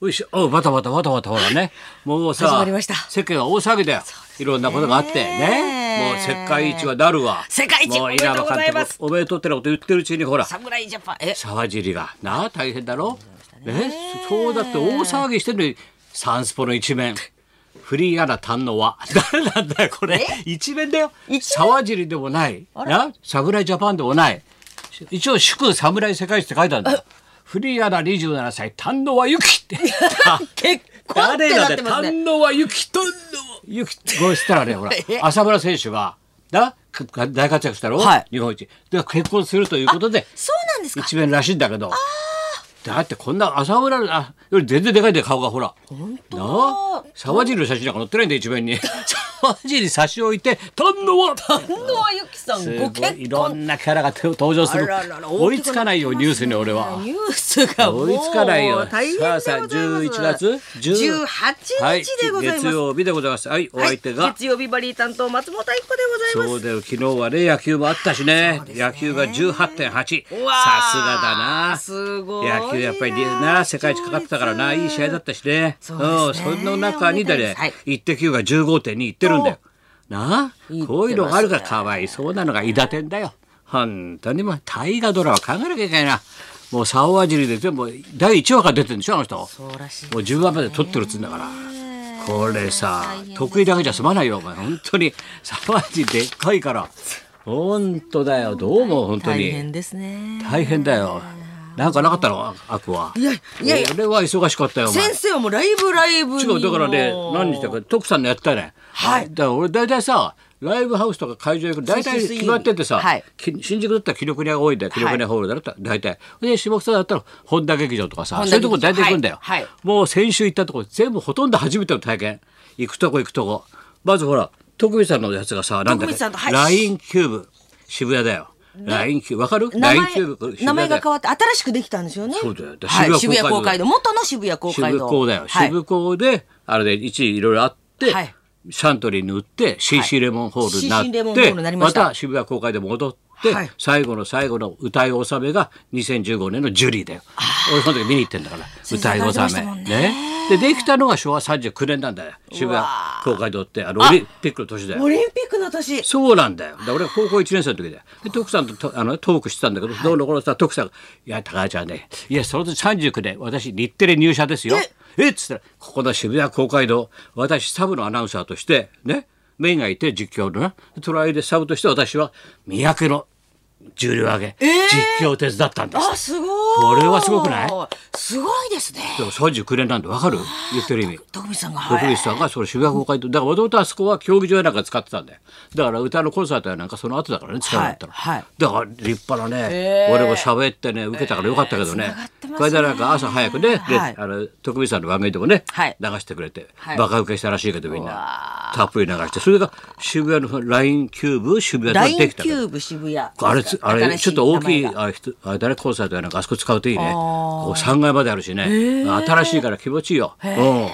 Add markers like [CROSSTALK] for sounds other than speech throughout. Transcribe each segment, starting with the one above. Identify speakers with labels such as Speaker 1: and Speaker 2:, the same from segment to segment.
Speaker 1: よいしょおうバタバタバタバタほら
Speaker 2: [LAUGHS]
Speaker 1: ねもうさ
Speaker 2: 始まりました
Speaker 1: 世間は大騒ぎだよ、いろんなことがあってねもう世界一はなるわ
Speaker 2: 世界一
Speaker 1: も
Speaker 2: おめでとうございます
Speaker 1: おめでとうってなこと言ってるうちにほら
Speaker 2: 侍ジャパンえ
Speaker 1: 沢尻がなあ大変だろねそうだって大騒ぎしてるのにサンスポの一面フリーアナ丹野は [LAUGHS] 誰なんだよこれ一面だよ
Speaker 2: 一面
Speaker 1: 沢尻でもないな侍ジャパンでもない一応祝侍世界一って書いてあるんだよフリーアナ27歳丹野はゆきって
Speaker 2: 結婚っ
Speaker 1: 誰
Speaker 2: てな
Speaker 1: だ
Speaker 2: っ
Speaker 1: って
Speaker 2: てますね
Speaker 1: 丹野はゆきとゆきごめんしたらねほら
Speaker 2: え
Speaker 1: 浅村選手がなか大活躍したろ、
Speaker 2: はい
Speaker 1: 日本一で結婚するということで
Speaker 2: そうなんですか
Speaker 1: 一面らしいんだけどだってこんな浅村のあより全然でかいで顔がほら本当なあ沢尻の写真なんか載ってないんだよ一面
Speaker 2: [LAUGHS]
Speaker 1: に沢尻差し置いて丹野は
Speaker 2: 近藤由紀さんご
Speaker 1: すごいい
Speaker 2: 結
Speaker 1: ろ
Speaker 2: 婚
Speaker 1: んなキャラが登場する
Speaker 2: あららら
Speaker 1: 追いつかないよニュースに俺は
Speaker 2: ニュースがもう
Speaker 1: 追いつかないよ
Speaker 2: 大変でござい
Speaker 1: さ
Speaker 2: ま
Speaker 1: あ
Speaker 2: す
Speaker 1: さあ11月
Speaker 2: 18
Speaker 1: 10
Speaker 2: 日でございます、
Speaker 1: 月曜日でございますはいお
Speaker 2: はい
Speaker 1: 相手が、
Speaker 2: 月曜日バリー担当松本明子でござい
Speaker 1: そ
Speaker 2: ま
Speaker 1: う
Speaker 2: す
Speaker 1: だよ昨日はね野球もあったしね野球が18.8さすがだ
Speaker 2: うわー
Speaker 1: な
Speaker 2: すごいな
Speaker 1: 野球やっぱりな世界一かかってたからな
Speaker 2: 上手
Speaker 1: いい試合だったしね
Speaker 2: そうですね
Speaker 1: ん、その中にだ
Speaker 2: おめで
Speaker 1: ね
Speaker 2: たいです
Speaker 1: 1手9が15.2いってるんだよなあ
Speaker 2: 言ってますね
Speaker 1: こういうのがあるからかわいそうなのが伊達天だよ本当にもう大河ドラマ考えなきゃいけないなもう沢尻で全部第1話から出てるんでしょあの人
Speaker 2: そうらしい
Speaker 1: もう10番まで取ってるっつうんだから。これさ、得意だけじゃ済まないよ、お前。本当に。沢地でっかいから。本当だよ。どうも、本当
Speaker 2: 大
Speaker 1: に。
Speaker 2: 変ですね
Speaker 1: 大変だよ。なんかなかったの悪は。
Speaker 2: いやいやいや
Speaker 1: 俺は忙しかったよ、お前。
Speaker 2: 先生はもうライブライブに
Speaker 1: 違うだからね
Speaker 2: もう
Speaker 1: 何日だか徳さんのやってたね、
Speaker 2: はい
Speaker 1: だから俺大体さライブハウスとか会場行く大体
Speaker 2: 水水
Speaker 1: 決まっててさ、
Speaker 2: はい
Speaker 1: き新宿だったら紀ノ国屋が多いんだよ紀ノ国屋ホールだったら大体で下北だったら本田劇場とかさ
Speaker 2: 本
Speaker 1: そうい
Speaker 2: 田
Speaker 1: うと
Speaker 2: 劇場
Speaker 1: こ大体行くんだよ、
Speaker 2: はいはい
Speaker 1: もう先週行ったとこ全部ほとんど初めての体験行くとこ行くとこまずほら徳光さんのやつがさなんだっ
Speaker 2: 徳光さんと
Speaker 1: け
Speaker 2: はい
Speaker 1: LINE キューブ渋谷だよ LINE キューブわかる
Speaker 2: 名
Speaker 1: ?LINE キューブ
Speaker 2: 前名前が変
Speaker 1: わ
Speaker 2: わって新しくできたんですよね
Speaker 1: そうだよだか
Speaker 2: は
Speaker 1: ら
Speaker 2: い、
Speaker 1: 渋谷
Speaker 2: 渋谷
Speaker 1: 公
Speaker 2: 公
Speaker 1: 会
Speaker 2: 会
Speaker 1: 堂
Speaker 2: 堂元の渋谷公会
Speaker 1: 渋
Speaker 2: 堂
Speaker 1: 港だよ、
Speaker 2: はい
Speaker 1: 渋港であれで一位いろいろあって、
Speaker 2: はい
Speaker 1: サントリーに売って CC レモンホールになって、
Speaker 2: CC レモンホールになりま
Speaker 1: ま
Speaker 2: した
Speaker 1: た渋谷公会で戻って、
Speaker 2: はい
Speaker 1: 最後の最後の歌い納めが2015年のジュリーだよ俺その時見に行ってんだから
Speaker 2: 先生
Speaker 1: 歌い
Speaker 2: 行かれ
Speaker 1: 納
Speaker 2: てまし
Speaker 1: め
Speaker 2: たもんね
Speaker 1: でできたのが昭和39年なんだよ渋谷公会堂ってあのオリンピックの年だよ
Speaker 2: オリンピックの年
Speaker 1: そうなんだよ。だから俺は高校1年生の時だよ。で徳さんととあのトークしてたんだけど、どうのこうのさ徳さんが「いや高橋ちゃんねいやその時39で私日テレ入社ですよ」えっつったら「ここの渋谷公会堂私サブのアナウンサーとしてねメインがいて実況のなトライでサブとして私は三宅の重量上げ、実況を手伝ったんです」
Speaker 2: あすごい
Speaker 1: これはすごくない
Speaker 2: すごいですね
Speaker 1: でも39年なんでわかる言ってる意味。
Speaker 2: 徳光さんが
Speaker 1: 徳
Speaker 2: は
Speaker 1: 光
Speaker 2: い
Speaker 1: さんがその渋谷公会堂だからもともとあそこは競技場やなんか使ってたんだよだから歌のコンサートやなんかその後だからね使うようになったの、
Speaker 2: はいはい
Speaker 1: だから立派なね、
Speaker 2: へー
Speaker 1: 俺も喋ってね受けたからよかったけど
Speaker 2: へー
Speaker 1: ね
Speaker 2: 繋がってますね
Speaker 1: これでなんか朝早くね、で
Speaker 2: はい
Speaker 1: あの徳光さんの番組でもね、
Speaker 2: はい
Speaker 1: 流してくれて、
Speaker 2: はい
Speaker 1: バカ受けしたらしいけどみん
Speaker 2: う
Speaker 1: な
Speaker 2: わ
Speaker 1: たっぷり流してそれが渋谷のその LINE キューブ渋
Speaker 2: ラ
Speaker 1: 谷
Speaker 2: イ
Speaker 1: で
Speaker 2: ン
Speaker 1: できた
Speaker 2: キ
Speaker 1: の
Speaker 2: ューブ渋谷
Speaker 1: あれつあれ
Speaker 2: 新し
Speaker 1: ちょっと大きい
Speaker 2: 名前が
Speaker 1: あひとあれだねコンサートやなんかあそこ使うといいね
Speaker 2: あー
Speaker 1: こう3階まであるしね新しいから気持ちいいよ、うん、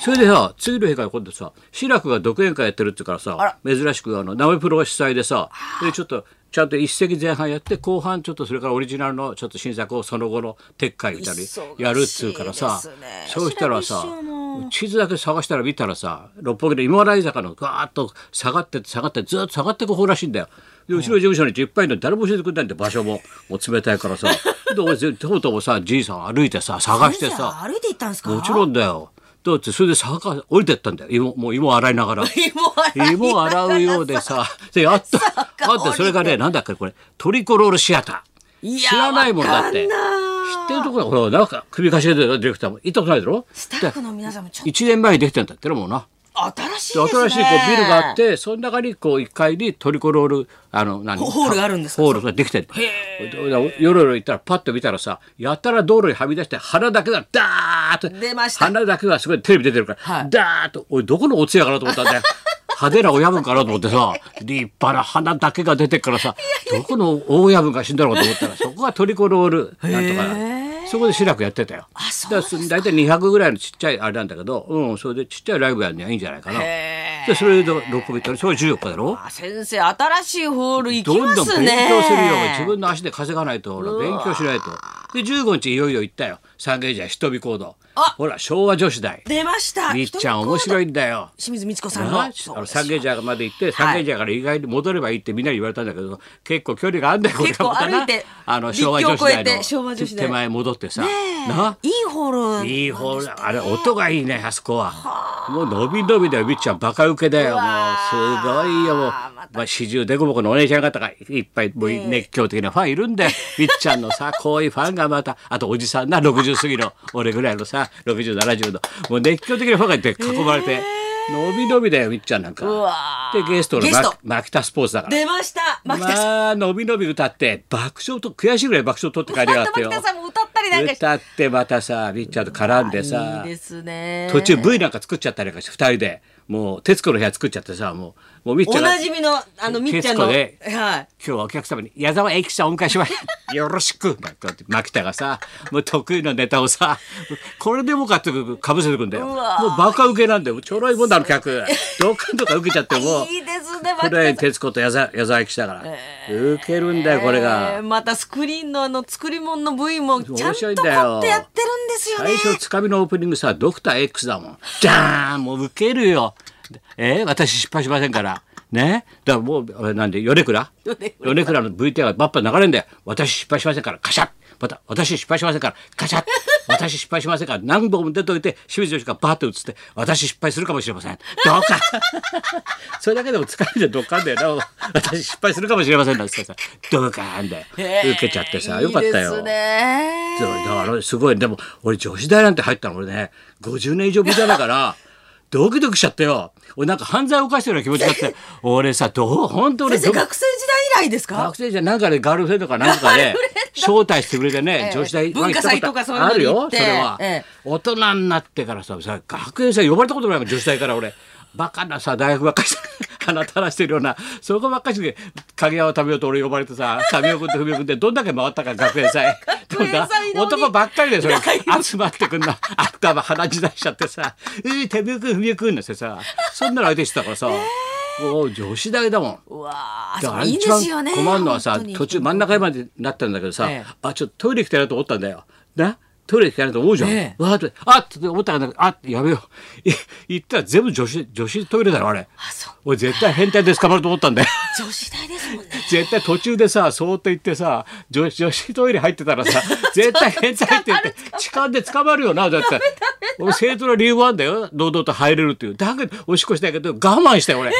Speaker 1: それでさ次の日から今度さ志らくが独演会やってるって言うからさ珍しくあのナメプロが主催でさでちょっとちゃんと一席前半やって後半ちょっとそれからオリジナルのちょっと新作をその後の撤回みたいにやるっつうからさ
Speaker 2: 忙しいですね
Speaker 1: そうしたらさ
Speaker 2: 志らく師匠も
Speaker 1: 地図だけ探したら見たらさ六本木の今洗坂のガーッと下がってって下がってずーっと下がってく方らしいんだよ。でうちの事務所にいっぱいいるのに誰も教えてくれないんだよ場所ももう冷たいから [LAUGHS] さで俺とうとうさじいさん歩いてさ探して
Speaker 2: 先
Speaker 1: さ
Speaker 2: 生歩いて行ったんですか
Speaker 1: もち
Speaker 2: [LAUGHS]
Speaker 1: ろんだよだってそれで坂から降りてったんだよ芋もう芋洗いながら
Speaker 2: 芋洗いながら
Speaker 1: [LAUGHS] 芋洗うようでさでやっと
Speaker 2: 坂
Speaker 1: あ
Speaker 2: 降
Speaker 1: ん
Speaker 2: りて
Speaker 1: たそれがねなんだっけこれトリコロールシアター
Speaker 2: い
Speaker 1: 知
Speaker 2: や
Speaker 1: らないもんだって知
Speaker 2: わか
Speaker 1: ってるところだほらなんか首かしげてるディレクターも行ったことないだろ
Speaker 2: スタッフの皆さんもちょっ
Speaker 1: 1年前にできたんだってのもうな
Speaker 2: と新しい
Speaker 1: で
Speaker 2: です
Speaker 1: 新
Speaker 2: ね
Speaker 1: しいこうビルがあってその中にこう1階にトリコロールあの何
Speaker 2: ホホールがあるんですか
Speaker 1: ホールができてる夜々行ったらパッと見たらさやたら道路にはみ出して鼻だけがダーッと
Speaker 2: 出ました
Speaker 1: 鼻だけがすごいテレビ出てるから、
Speaker 2: はい
Speaker 1: ダーッと俺どこのお通夜かなと思ったんだよ派手な親分かなと思ってさ立派な鼻だけが出てっからさどこの大親分が死んだろうと思ったらそこがトリコロールなんとかそこで志らくやってたよ。
Speaker 2: あそう
Speaker 1: だから大体200ぐらいのちっちゃいあれなんだけど、うん、それでちっちゃいライブやるにはいいんじゃないかな。
Speaker 2: へ
Speaker 1: でそれで6個行ったらそれ14日だろ
Speaker 2: あ先生新しいホール行き
Speaker 1: どん
Speaker 2: ま
Speaker 1: どん
Speaker 2: す
Speaker 1: 勉
Speaker 2: ね
Speaker 1: 強するよ自分の足で稼がないとほら勉強しないとで15日いよいよ行ったよ三軒茶屋人見行動
Speaker 2: あ
Speaker 1: ほら昭和女子大
Speaker 2: 出ました
Speaker 1: りっちゃん面白
Speaker 2: い
Speaker 1: いんだよ
Speaker 2: 清水ミチコさんの
Speaker 1: なあ
Speaker 2: そう
Speaker 1: の
Speaker 2: ですよ
Speaker 1: 三軒茶屋まで行って三軒茶屋から意外に戻ればいいってみんなに言われたんだけど結構距離があんだよ
Speaker 2: 結構
Speaker 1: これがまたな
Speaker 2: 歩いて
Speaker 1: あの昭和女子
Speaker 2: 陸橋を
Speaker 1: 大
Speaker 2: 越えて昭和
Speaker 1: の
Speaker 2: 女子大
Speaker 1: 手前戻ってさ、
Speaker 2: ねえ
Speaker 1: ない
Speaker 2: いホール
Speaker 1: いい方だあれ音がいいねあそこはもう伸び伸びだよみっちゃんバカウケだよも
Speaker 2: う
Speaker 1: う
Speaker 2: わ
Speaker 1: す
Speaker 2: ー
Speaker 1: ごいよもう
Speaker 2: また
Speaker 1: まあ四十でこぼこのお姉ちゃん方がいっぱいもう熱狂的なファンいるん
Speaker 2: [LAUGHS]
Speaker 1: だよみっちゃんのさこういうファンがまたあとおじさんな60過ぎの俺ぐらいのさ6070のもう熱狂的なファンがいて囲まれて、伸び伸びだよみっちゃんなんか
Speaker 2: うわー
Speaker 1: でゲストの
Speaker 2: ゲスト
Speaker 1: ママキタスポーツだから
Speaker 2: 出ました牧田さん
Speaker 1: まあ伸び伸び歌って爆笑と悔しいぐらい爆笑取って帰りやがって
Speaker 2: [LAUGHS]
Speaker 1: よ
Speaker 2: 牧田さんも歌ったりなんかして
Speaker 1: 歌ってまたさみっちゃんと絡んでさ
Speaker 2: いいですね
Speaker 1: 途中 V なんか作っちゃったりなんかして2人でもう『徹子の部屋』作っちゃってさもうもうみっちゃ
Speaker 2: お
Speaker 1: んが
Speaker 2: な
Speaker 1: 今
Speaker 2: じみのあのみっちゃんの、
Speaker 1: 徹
Speaker 2: はい
Speaker 1: 日はお客様に「矢沢永吉さんお迎え
Speaker 2: [LAUGHS]
Speaker 1: しましたよろしく」なんて言って牧田がさもう得意のネタをさこれでもかってかぶせてくんだよ
Speaker 2: う
Speaker 1: もう
Speaker 2: わー
Speaker 1: バカ受けなんだよちょろいもんだの
Speaker 2: [LAUGHS]
Speaker 1: 客ドカンとか受けちゃってもう。
Speaker 2: いいですね
Speaker 1: こ
Speaker 2: 牧田さ
Speaker 1: れ
Speaker 2: ん
Speaker 1: 徹子と矢沢矢沢永吉だから、受けるんだよこれが。
Speaker 2: えーまたスクリーンのあの作り物の部位もちゃ
Speaker 1: 面
Speaker 2: んと
Speaker 1: 白
Speaker 2: 凝
Speaker 1: い
Speaker 2: っ
Speaker 1: ん
Speaker 2: て
Speaker 1: だ
Speaker 2: や
Speaker 1: よ
Speaker 2: ってるんですよね
Speaker 1: 最初つかみのオープニングさドクター X だもんじゃーんもうウケるよえー私失敗しませんからねだからもうあれなんで米倉
Speaker 2: 米
Speaker 1: 米倉の VTR がバッパ流れるんだよ私失敗しませんからカシャッまた私失敗しませんからカ
Speaker 2: [LAUGHS]
Speaker 1: シャッ私失敗しませんから何本も出ておいて清水女子がバーッと映って私失敗するかもしれませんどう
Speaker 2: [LAUGHS]
Speaker 1: かそれだけでも疲れてどっかんだよな私失敗するかもしれませんなんつってさどうかんだよ受けちゃってさよかったよ
Speaker 2: いいですね
Speaker 1: そうだからすごいでも俺女子大なんて入ったの俺ね50年以上ぶりだから
Speaker 2: [LAUGHS]
Speaker 1: ドキドキしちゃったよ俺なんか犯罪を犯したような気持ちだって
Speaker 2: [LAUGHS]
Speaker 1: 俺さどう本当俺
Speaker 2: 先
Speaker 1: ど
Speaker 2: 生学生時代以来ですか
Speaker 1: 学生じゃなんかでガールフレンドかなんかで招待してくれてね
Speaker 2: ええ
Speaker 1: 女子大
Speaker 2: 文化祭とかそういうの
Speaker 1: ある
Speaker 2: に行
Speaker 1: よ
Speaker 2: っ
Speaker 1: そ
Speaker 2: て
Speaker 1: れは
Speaker 2: ええ
Speaker 1: 大人になってからささ学園祭呼ばれたこともないもん女子大から俺バカなさ [LAUGHS] 大学ばっかりして鼻垂らしてるようなそこばっかりして影山民生と俺呼ばれてさ民生君と文雄君ってどんだけ回ったか学園祭
Speaker 2: 学園
Speaker 1: ど
Speaker 2: 祭の
Speaker 1: んな男ばっかりでそれ
Speaker 2: ないよ
Speaker 1: 集まってくんな頭鼻血出しちゃってさ「えー、民生君文雄君」なんてさそんなの相手してたから
Speaker 2: [LAUGHS]
Speaker 1: さ、もう女子大だもん。
Speaker 2: うわあ
Speaker 1: だから
Speaker 2: いいんで
Speaker 1: 一
Speaker 2: すよ
Speaker 1: 番
Speaker 2: ね
Speaker 1: 困るのはさ
Speaker 2: 本当に
Speaker 1: 途中真ん中までなったんだけどさ、
Speaker 2: ええ
Speaker 1: あちょっとトイレ行きたいなと思ったんだよなトイレ行きたいなと思うじゃん、
Speaker 2: え
Speaker 1: わーってあっって思ったからあやべようい行ったら全部女子女子トイレだろあれ
Speaker 2: あそう
Speaker 1: 俺絶対変態で捕まると思ったんだよ
Speaker 2: 女子大ですもんね
Speaker 1: 絶対途中でさそーっと行ってさ女女子トイレ入ってたらさ絶対変態って言って痴漢で捕まるよなだって俺正当な理由はあんだよ堂々と入れるっていうだけどおしっこしたいけど我慢したよ俺、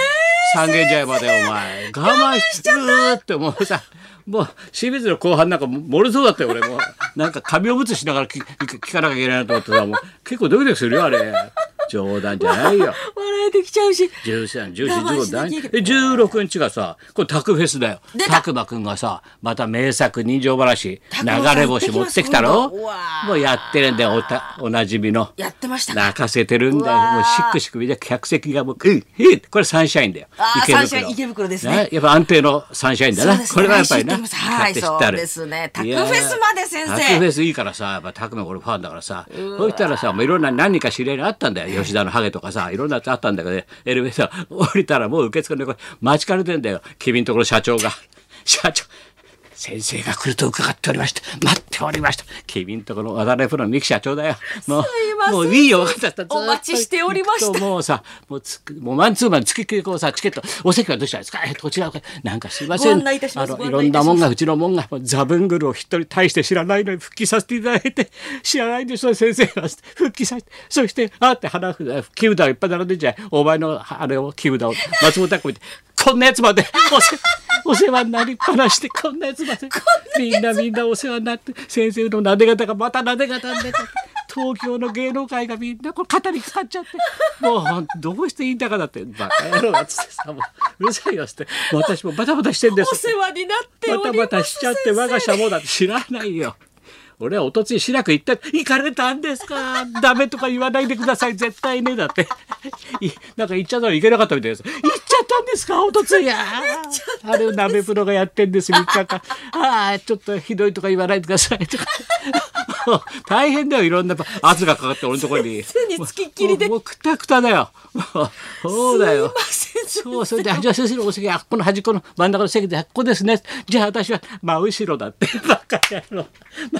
Speaker 1: 三軒茶屋までお前我慢しちゃったってもうさもう清水の後半なんか漏れそうだったよ俺もうなんか紙おむつしながら聞聞聞かなきゃいけないなと思ってさもう結構ドキドキするよあれ冗談じゃないよ。
Speaker 2: 笑えてきちゃうし
Speaker 1: 13、
Speaker 2: 我慢
Speaker 1: 14、
Speaker 2: しなきゃい
Speaker 1: 15
Speaker 2: け
Speaker 1: で
Speaker 2: ない
Speaker 1: 16日がさこれタクフェスだよ
Speaker 2: 出た
Speaker 1: タクマくんがさまた名作人情話
Speaker 2: タクマさん
Speaker 1: 流れ星持ってきた
Speaker 2: 持
Speaker 1: ろ
Speaker 2: ってきますうわー
Speaker 1: もうやってるんだよおたおなじみの
Speaker 2: やってました
Speaker 1: 泣かせてるんだよ
Speaker 2: うわー
Speaker 1: もうシックシックみんな客席がもううんうんこれサンシャインだよ
Speaker 2: あーサンシャイン池袋ですね
Speaker 1: やっぱ安定のサンシャインだ
Speaker 2: そう
Speaker 1: な
Speaker 2: です
Speaker 1: こ
Speaker 2: ね
Speaker 1: れはやっぱりな
Speaker 2: 来週行ってきますはい
Speaker 1: 買って知ってある
Speaker 2: そうですねタク
Speaker 1: い
Speaker 2: フェ
Speaker 1: やー
Speaker 2: スまで先生
Speaker 1: タクフェスいいからさやっぱタクマ俺ファンだからさそしたらさもういろんな何か知り合いにあったんだよ吉田のハゲとかさいろんなやつあったんだけどエレベーター降りたらもう受付の横に待ちかねてんだよ君のところ社長が社長先生が来ると伺っておりました待っておりました君のところ渡辺プロの三木社長だよもう
Speaker 2: すいません
Speaker 1: もういいよ分かったずーっと
Speaker 2: お待ちしておりました
Speaker 1: もうさもうつくもうマンツーマン月稽古をさチケットお席はどうしたらいいですかえっとこちらなんかすいません
Speaker 2: ご案内いたします
Speaker 1: あの
Speaker 2: ご
Speaker 1: い
Speaker 2: 案
Speaker 1: ろ
Speaker 2: 内
Speaker 1: ん
Speaker 2: いた
Speaker 1: な
Speaker 2: します
Speaker 1: もんがうちのもんがもうザブングルを一人大して知らないのに復帰させていただいて知らないんでしょ先生は復帰させてそしてあーって花札木札をいっぱい並んでんじゃんお前のあれを木札を松本拓見て [LAUGHS] こんなやつまでお世お世話になりっぱなしてこんなやつまでみんなみんなお世話になって先生のなで方がまたなで方になって東京の芸能界がみんなこれ肩にかかっちゃってもうほんとどうしていいんだかだってバカ野郎だっつってさもううるさいよっつって私もバタバタしてんです
Speaker 2: お世話になっており
Speaker 1: バ
Speaker 2: ます
Speaker 1: タバタしちゃって我が社もだって知らないよ。俺はおとつい白く行った行かれたんですかダメとか言わないでください絶対ねだっていなんか行っちゃったらいけなかったみたいです行っちゃったんですかおとつい
Speaker 2: [LAUGHS]
Speaker 1: やあれを鍋プロがやってんです3日間ああちょっとひどいとか言わないでくださいとかそう大変だよいろんな圧がかかって俺のところに
Speaker 2: 先生に付きっきりで
Speaker 1: もうもうくたくただよもうそうだよ
Speaker 2: すいません
Speaker 1: そうそれであじゃあ先生のお席あこの端っこの真ん中の席であここですねじゃあ私は真後ろだってバカ野郎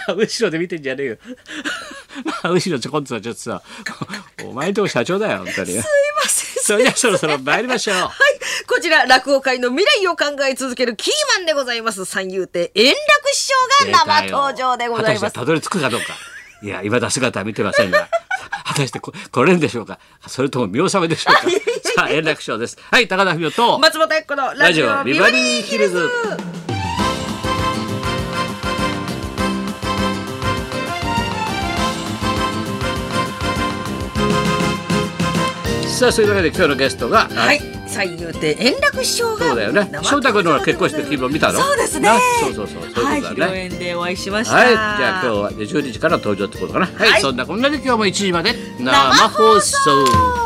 Speaker 1: 真後ろで見てんじゃねえよ真後ろちょこんとさちょっとさお前んとこ社長だよ本当
Speaker 2: [LAUGHS]
Speaker 1: に
Speaker 2: すいません
Speaker 1: それではそろそろ参りましょう
Speaker 2: はい、こちら落語界の未来を考え続けるキーマンでございます三遊亭円楽師匠が生登場でござ
Speaker 1: 果た
Speaker 2: いま
Speaker 1: して
Speaker 2: す。
Speaker 1: たどり着くかどうか。いや、今だ姿は見てませんが。果たしてこ来れるんでしょうかそれとも見納めでし
Speaker 2: [LAUGHS]
Speaker 1: ょうかさあ、円楽賞です。はい、高田文夫と、
Speaker 2: 松本明子の
Speaker 1: ラ
Speaker 2: ラ
Speaker 1: ジ
Speaker 2: ジ
Speaker 1: オ
Speaker 2: オ
Speaker 1: ビ
Speaker 2: ビ
Speaker 1: バ
Speaker 2: バ
Speaker 1: リ
Speaker 2: リ
Speaker 1: ー
Speaker 2: ー
Speaker 1: ヒ
Speaker 2: ヒ
Speaker 1: ル
Speaker 2: ル
Speaker 1: ズ
Speaker 2: ズ。
Speaker 1: さあ、そういうわけで今日のゲストが、あ
Speaker 2: はい、三遊亭円楽師匠が
Speaker 1: そうだよね
Speaker 2: 生登場でございます
Speaker 1: 翔太君の結婚式の気分見たの
Speaker 2: そうですね
Speaker 1: なそうそうそうそういうことだね
Speaker 2: はい、披露宴でお会いしました
Speaker 1: はい、じゃあ今日は12時から登場ってことかな。はい、
Speaker 2: はい
Speaker 1: そんなこんなで今日も1時まで
Speaker 2: 生放送